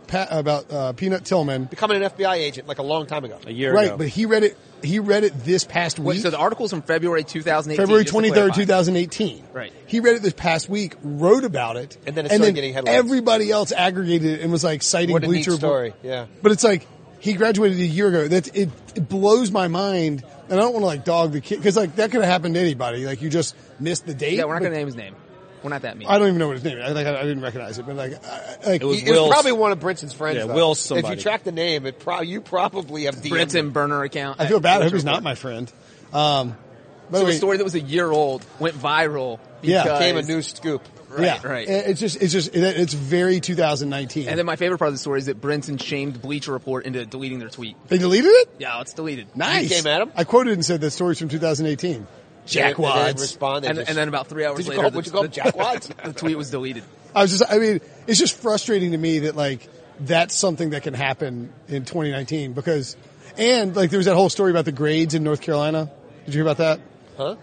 Pat, about uh, Peanut Tillman.
Becoming an FBI agent like a long time ago.
a year
Right,
ago.
but he read it. He read it this past
Wait,
week,
so the article's from February 2018.
February
just to
23rd,
clarify.
2018.
Right.
He read it this past week, wrote about it,
And then it started getting headlines.
Everybody else aggregated it and was like citing
What a neat
Bleacher Report.
story. Yeah.
But it's like he graduated a year ago. That it, it blows my mind, and I don't want to like dog the kid because like that could have happened to anybody. Like you just missed the date.
Yeah, we're not
but
going to name his name. We're not that mean.
I don't even know what his name. Is. I like I, I didn't recognize it, but like I, I- like
It was
It was
Will's-
probably one of Brinson's friends.
Yeah,
though.
Will's somebody.
If you track the name, it pro- you probably have DM'd
Brenton burner account.
I feel bad. I hope
Bleacher
he's not
Report.
my friend. Um, by
So
the way,
a story that was a year old went viral
Yeah.
because
Became a new scoop.
right,
yeah,
right.
It- It's just it's just it, it's very 2019.
And then my favorite part of the story is that Brenton shamed Bleacher Report into deleting their tweet.
they deleted it.
Yeah, it's deleted.
Nice.
came at him?
I quoted and said that story's from 2018.
They didn't
Jackwads.
respond. They
And,
just-
and then about three hours
Did you
later,
call-
the,
would you call
the-
him Jack Watts?
the tweet was deleted.
I was just, I mean, it's just frustrating to me that like that's something that can happen in 2019 because And like there was that whole story about the grades in North Carolina. Did you hear about that?
Huh?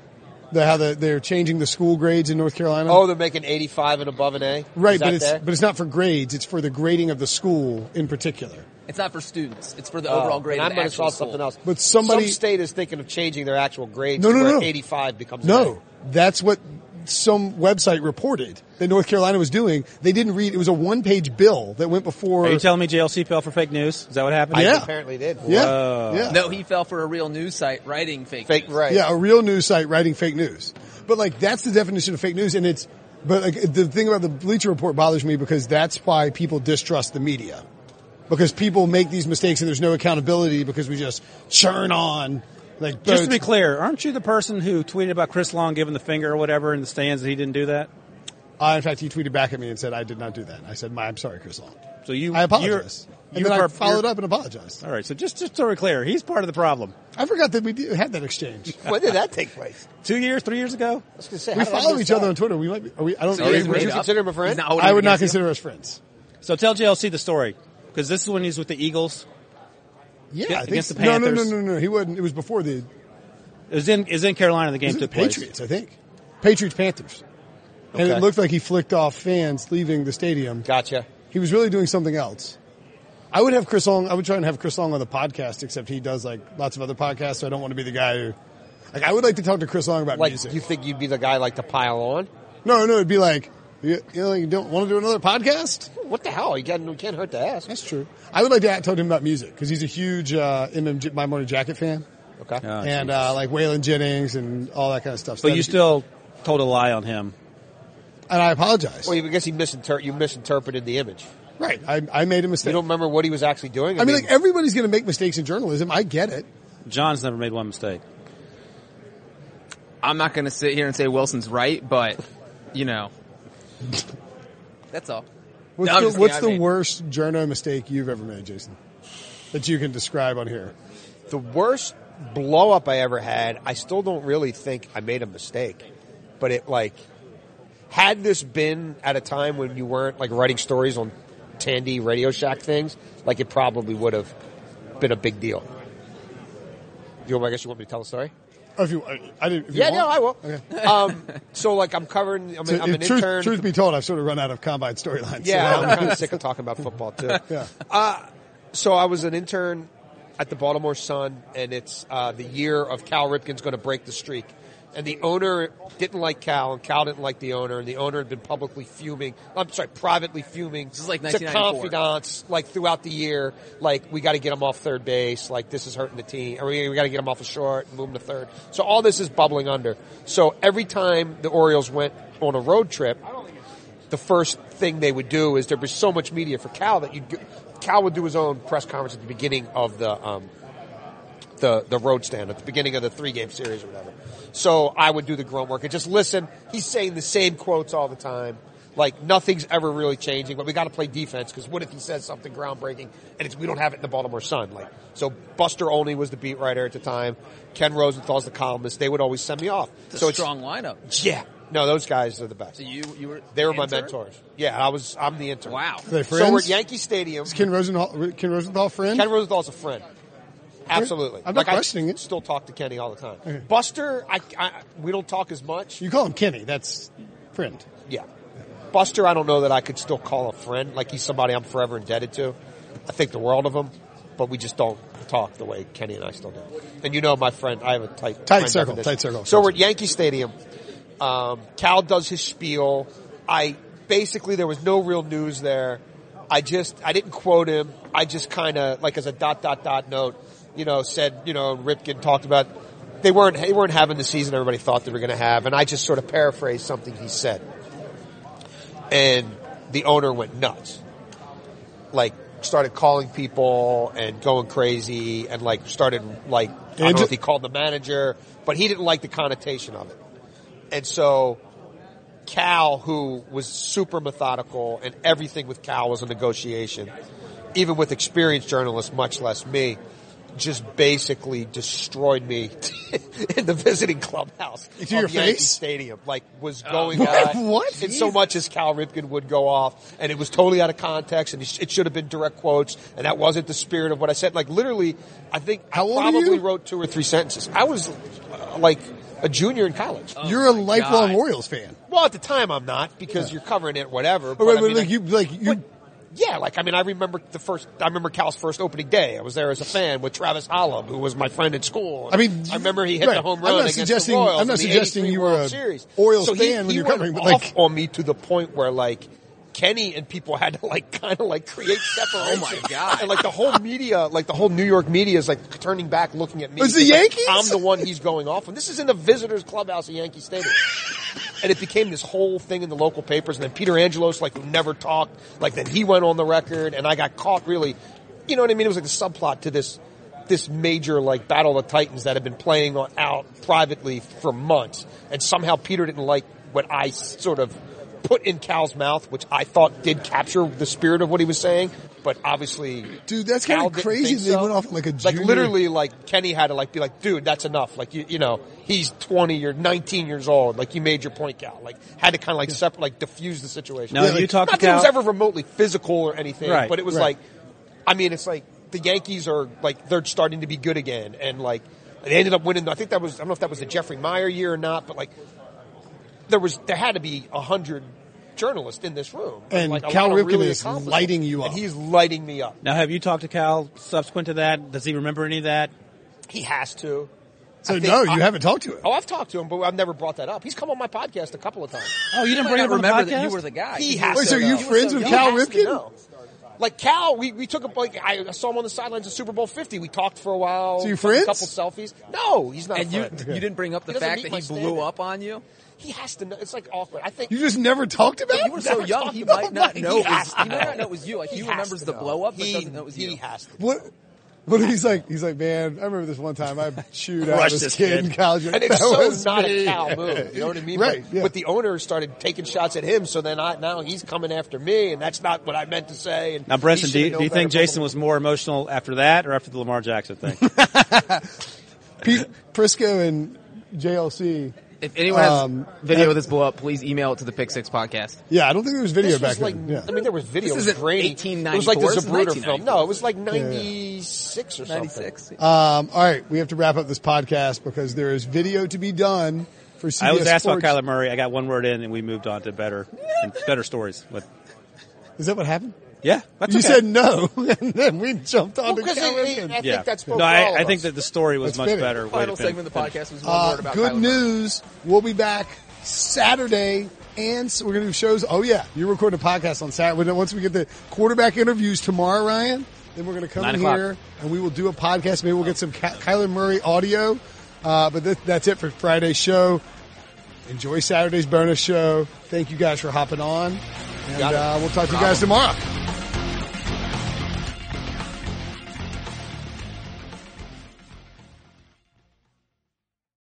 The, how the, they're changing the school grades in North Carolina.
Oh, they're making 85 and above an A?
right,
Is
but
that
it's
there?
but it's not for grades. It's for the grading of the school in particular.
It's not for students. It's for the
Oh,
overall grade.
and
of
I
the
might have
actual
saw
school.
something else.
But somebody-
Some state is thinking of changing their actual grades
No,
to
no,
where
no.
85 becomes an
No, that's what some website reported that North Carolina was doing. They didn't read. It was a one-page bill that went before.
Are you telling me JLC fell for fake news? Is that what happened?
A.
Yeah.
Apparently did.
yeah,
Whoa.
yeah.
No, he fell for a real news site writing fake.
Fake,
news.
right.
Yeah, a real news site writing fake news. But like that's the definition of fake news and it's but like the thing about the Bleacher Report bothers me because that's why people distrust the media. Because people make these mistakes and there's no accountability because we just churn on like
Just to be
boats.
clear, aren't you the person who tweeted about Chris Long giving the finger or whatever in the stands that he didn't do that?
I, in fact he tweeted back at me and said I did not do that. I said, "My I'm sorry, Chris Long.
So you,
I
you're-
apologize."
you
and then I
are-
followed
you're-
up and apologized.
All right, so just just to be clear, he's part of the problem.
I forgot that we did- had that exchange.
When did that take place?
Two years, three years ago,
I was gonna say,
We
how did I
follow
miss
each other
that?
on Twitter. We might be, are we, I don't
So he's
Would
made
you
up.
consider him a friend?
He's not holding
I would
it
not
against you.
consider us friends.
So tell JLC the story because this is when he's with the Eagles.
Yeah, I think
Against
so.
the
no, no, no,
Panthers.
no, no. He wasn't. It was before the
It was in is in Carolina. The game
Is it
took
the
place.
Patriots, I think. Patriots Panthers. And
Okay.
it looked like he flicked off fans leaving the stadium.
Gotcha.
He was really doing something else. I would have Chris Long. I would try and have Chris Long on the podcast, except he does like lots of other podcasts. So I don't want to be the guy who, like, I would like to talk to Chris Long about
Like,
music.
you think you'd be the guy like to pile on?
no, no, it'd be like, you, you know, you don't want to do another podcast.
What the hell? You can't, you can't hurt the ass.
That's true. I would like to talk to him about music because he's a huge uh, MMJ, My Morning Jacket fan,
Okay.
Oh,
and
Jesus.
uh, like Waylon Jennings and all that kind of stuff. So
but
that'd
you
be-
still told a lie on him.
and I apologize.
Well, I guess he misinter- you misinterpreted the image.
right, I, I made a mistake.
You don't remember what he was actually doing?
I mean, like everybody's going to make mistakes in journalism. I get it.
John's never made one mistake.
I'm not going to sit here and say Wilson's right, but you know, that's all.
What's
No, I'm just
the, what's
kidding,
the
I mean-
worst journo mistake you've ever made, Jason? That you can describe on here?
the worst blow up I ever had, I still don't really think I made a mistake. But it like had this been at a time when you weren't like writing stories on Tandy Radio Shack things, like it probably would have been a big deal. You want, I guess you want me to tell a story?
Oh, if you, I, I didn't. if you
Yeah, no,
want.
I will.
Okay.
Um, so like I'm covering, I'm,
So,
an- I'm
if
an
truth,
intern.
truth be told, I've sort of run out of combine storylines.
yeah,
So, um,
I'm kind of sick of talking about football too. Uh,
yeah.
So I was an intern at the Baltimore Sun, and it's uh, the year of Cal Ripken's going to break the streak. And the owner didn't like Cal, and Cal didn't like the owner, and the owner had been publicly fuming. I'm sorry, privately fuming
is like
to
1994.
confidants, like throughout the year. Like we got to get him off third base. Like this is hurting the team, or we, we got to get him off of short and move him to third. So all this is bubbling under. So every time the Orioles went on a road trip, the first thing they would do is there was so much media for Cal that you'd, Cal would do his own press conference at the beginning of the, um, the, the road stand at the beginning of the three game series or whatever. So I would do the grunt work and just listen. He's saying the same quotes all the time. Like nothing's ever really changing, but we got to play defense because what if he says something groundbreaking and it's, we don't have it in the Baltimore Sun? Like, so Buster Olney was the beat writer at the time. Ken Rosenthal's the columnist. They would always send me off.
It's a
so
strong lineup.
It's, yeah, no, those guys are the best.
So you you were
They were my
intern?
mentors. Yeah, and I was. I'm the intern.
Wow.
Are they
So we're at
friends?
Yankee Stadium.
Ken Rosenthal, Ken Rosenthal friend?
Ken Rosenthal's a friend. Absolutely.
I'm not
I
questioning it.
Still talk to Kenny all the time. Buster, I, I we don't talk as much.
you call him Kenny. That's friend.
Yeah. Buster, I don't know that I could still call a friend. Like he's somebody I'm forever indebted to. I think the world of him, but we just don't talk the way Kenny and I still do. And you know my friend, I have a tight
Tight
friend
circle,
definition.
tight circle.
So we're at Yankee Stadium. Um, Cal does his spiel. I basically there was no real news there. I just I didn't quote him. I just kind of like as a dot dot dot note, you know, said you know Ripken talked about they weren't they weren't having the season everybody thought they were going to have, and I just sort of paraphrased something he said and the owner went nuts. Like started calling people and going crazy and like started like I don't
And
know
ju-
if he called the manager, but he didn't like the connotation of it. And so Cal, who was super methodical and everything with Cal was a negotiation, even with experienced journalists, much less me, just basically destroyed me in the visiting clubhouse
To
of
your
Yankee
face? Uh,
Stadium. Like was going
What?
on.
What?
And so much as Cal Ripken would go off, and it was totally out of context, and it sh- it should have been direct quotes, and that wasn't the spirit of what I said. Like literally, I think
How
I
old are
probably
you?
wrote two or three sentences. I was uh, like a junior in college.
You're a lifelong
God.
Royals fan.
Well, at the time I'm not because you're covering it, whatever.
But,
but I mean,
like
I-
you, like you,
but- yeah, like I mean, I remember the first. I remember Cal's first opening day. I was there as a fan with Travis Hollum, who was my friend in school.
I mean,
I remember he hit
right.
the home
I'm
run
not
against
suggesting-
the Royals.
I'm not
in the
suggesting
83
you were
World
a
Series.
Orioles
so he-
fan when
he
you're
went
covering, but,
off
like-
on me to the point where like Kenny and people had to like kind of like create separation.
Oh, my God.
And like the whole media, like the whole New York media is like turning back, looking at me.
It's the
Like,
Yankees?
I'm the one he's going off on. This is in the visitors' clubhouse at Yankee Stadium and it became this whole thing in the local papers. And then Peter Angelos, like, who never talked, like, then he went on the record, and I got caught really, you know what I mean? It was like the subplot to this, this major, like, Battle of the Titans that had been playing on, out privately for months. And somehow Peter didn't like what I s- sort of put in Cal's mouth, which I thought did capture the spirit of what he was saying, but obviously
dude, that's kind
Cal
of
didn't
crazy.
think
They
so.
went off like a
like
junior.
literally like Kenny had to like be like, dude, that's enough. Like you, you know, he's twenty, you're nineteen years old. Like you made your point, Cal. Like had to kind of like separate, like diffuse the situation.
Now,
Yeah,
you
like-
talk
Not
about
that it was ever remotely physical or anything,
Right,
but it was
right.
like, I mean, it's like the Yankees are like they're starting to be good again, and like they ended up winning. I think that was I don't know if that was the Jeffrey Meyer year or not, but like there was there had to be a hundred journalists in this room,
And
like, a
Cal
lot of
Ripken
really
is
accomplished-
lighting you up.
And he's lighting me up.
now, have you talked to Cal subsequent to that? Does he remember any of that?
He has to.
So
I think
no, you
I-
haven't talked to him.
Oh, I've talked to him, but I've never brought that up. He's come on my podcast a couple of times.
Oh, you didn't
I
bring it up on the
remember that you
podcast?
were the guy.
He has
Wait,
to
so
know.
you're friends with
He
Cal
has to
Ripken?
know. Like Cal, we, we took a like I saw him on the sidelines of Super Bowl Fifty. We talked for a while.
So you
took
friends?
A couple selfies. No, he's not.
And
a
you,
friend.
you didn't bring up the
He doesn't
fact
meet
that
my
he blew
standard.
up on you.
He has to know. It's like awkward. I think
You just never talked about. it?
You were so
never
young,
talked
he
about
might not
it.
know.
He
It was,
has
he
to
might
know.
not know it was you. Like he,
has
remembers
to
the
know.
blow up, but
He-
doesn't know it was
he
you.
has to.
What? What if he's like? He's like, man, I remember this one time I chewed out
Crushed
this
this
kid,
kid."
in college.
And it's
That
so
was
not
me.
a Cal move. You know what I mean?
Right,
But,
yeah.
but the owner started taking shots at him, so then I now he's coming after me, and that's not what I meant to say. And
Now,
he
Brenson, do
should've
you,
known
do you
better,
think
blah, blah,
Jason
blah.
was more emotional after that or after the Lamar Jackson thing?
Pete Prisco and JLC.
If anyone has
Um,
video of this blow up, please email it to the Pick Six podcast.
Yeah, I don't think there was video
This
back
was like,
then. Yeah.
I mean, there was video.
This
This
isn't
is grainy. It was like the
1894, this is
Zapruder film.
1994.
No, it was like 96 or something.
Ninety six.
Um, all right, we have to wrap up this podcast because there is video to be done for CBS
I was asked
Sports.
about Kyler Murray. I got one word in, and we moved on to better and better stories. But
Is that what happened?
yeah, that's
you
okay.
said no, and then we jumped on to
Well, 'cause
Kyler
it- it-
Murray.
I think
yeah.
that spoke
no,
for
I,
all of
I think
us.
that the story was
Let's
much
finish.
better. Way to
Final
finish.
segment of the podcast was one
Uh,
word about
good
Kyler Murray.
news. We'll be back Saturday, and so we're going to do shows. Oh yeah, you're recording a podcast on Saturday. Once we get the quarterback interviews tomorrow, Ryan, then we're going to come
Nine
in
o'clock.
here and we will do a podcast. Maybe we'll get some Ky- Kyler Murray audio. Uh, but th- that's it for Friday's show. Enjoy Saturday's bonus show. Thank you guys for hopping on, and
Got it.
uh, we'll talk to you guys tomorrow.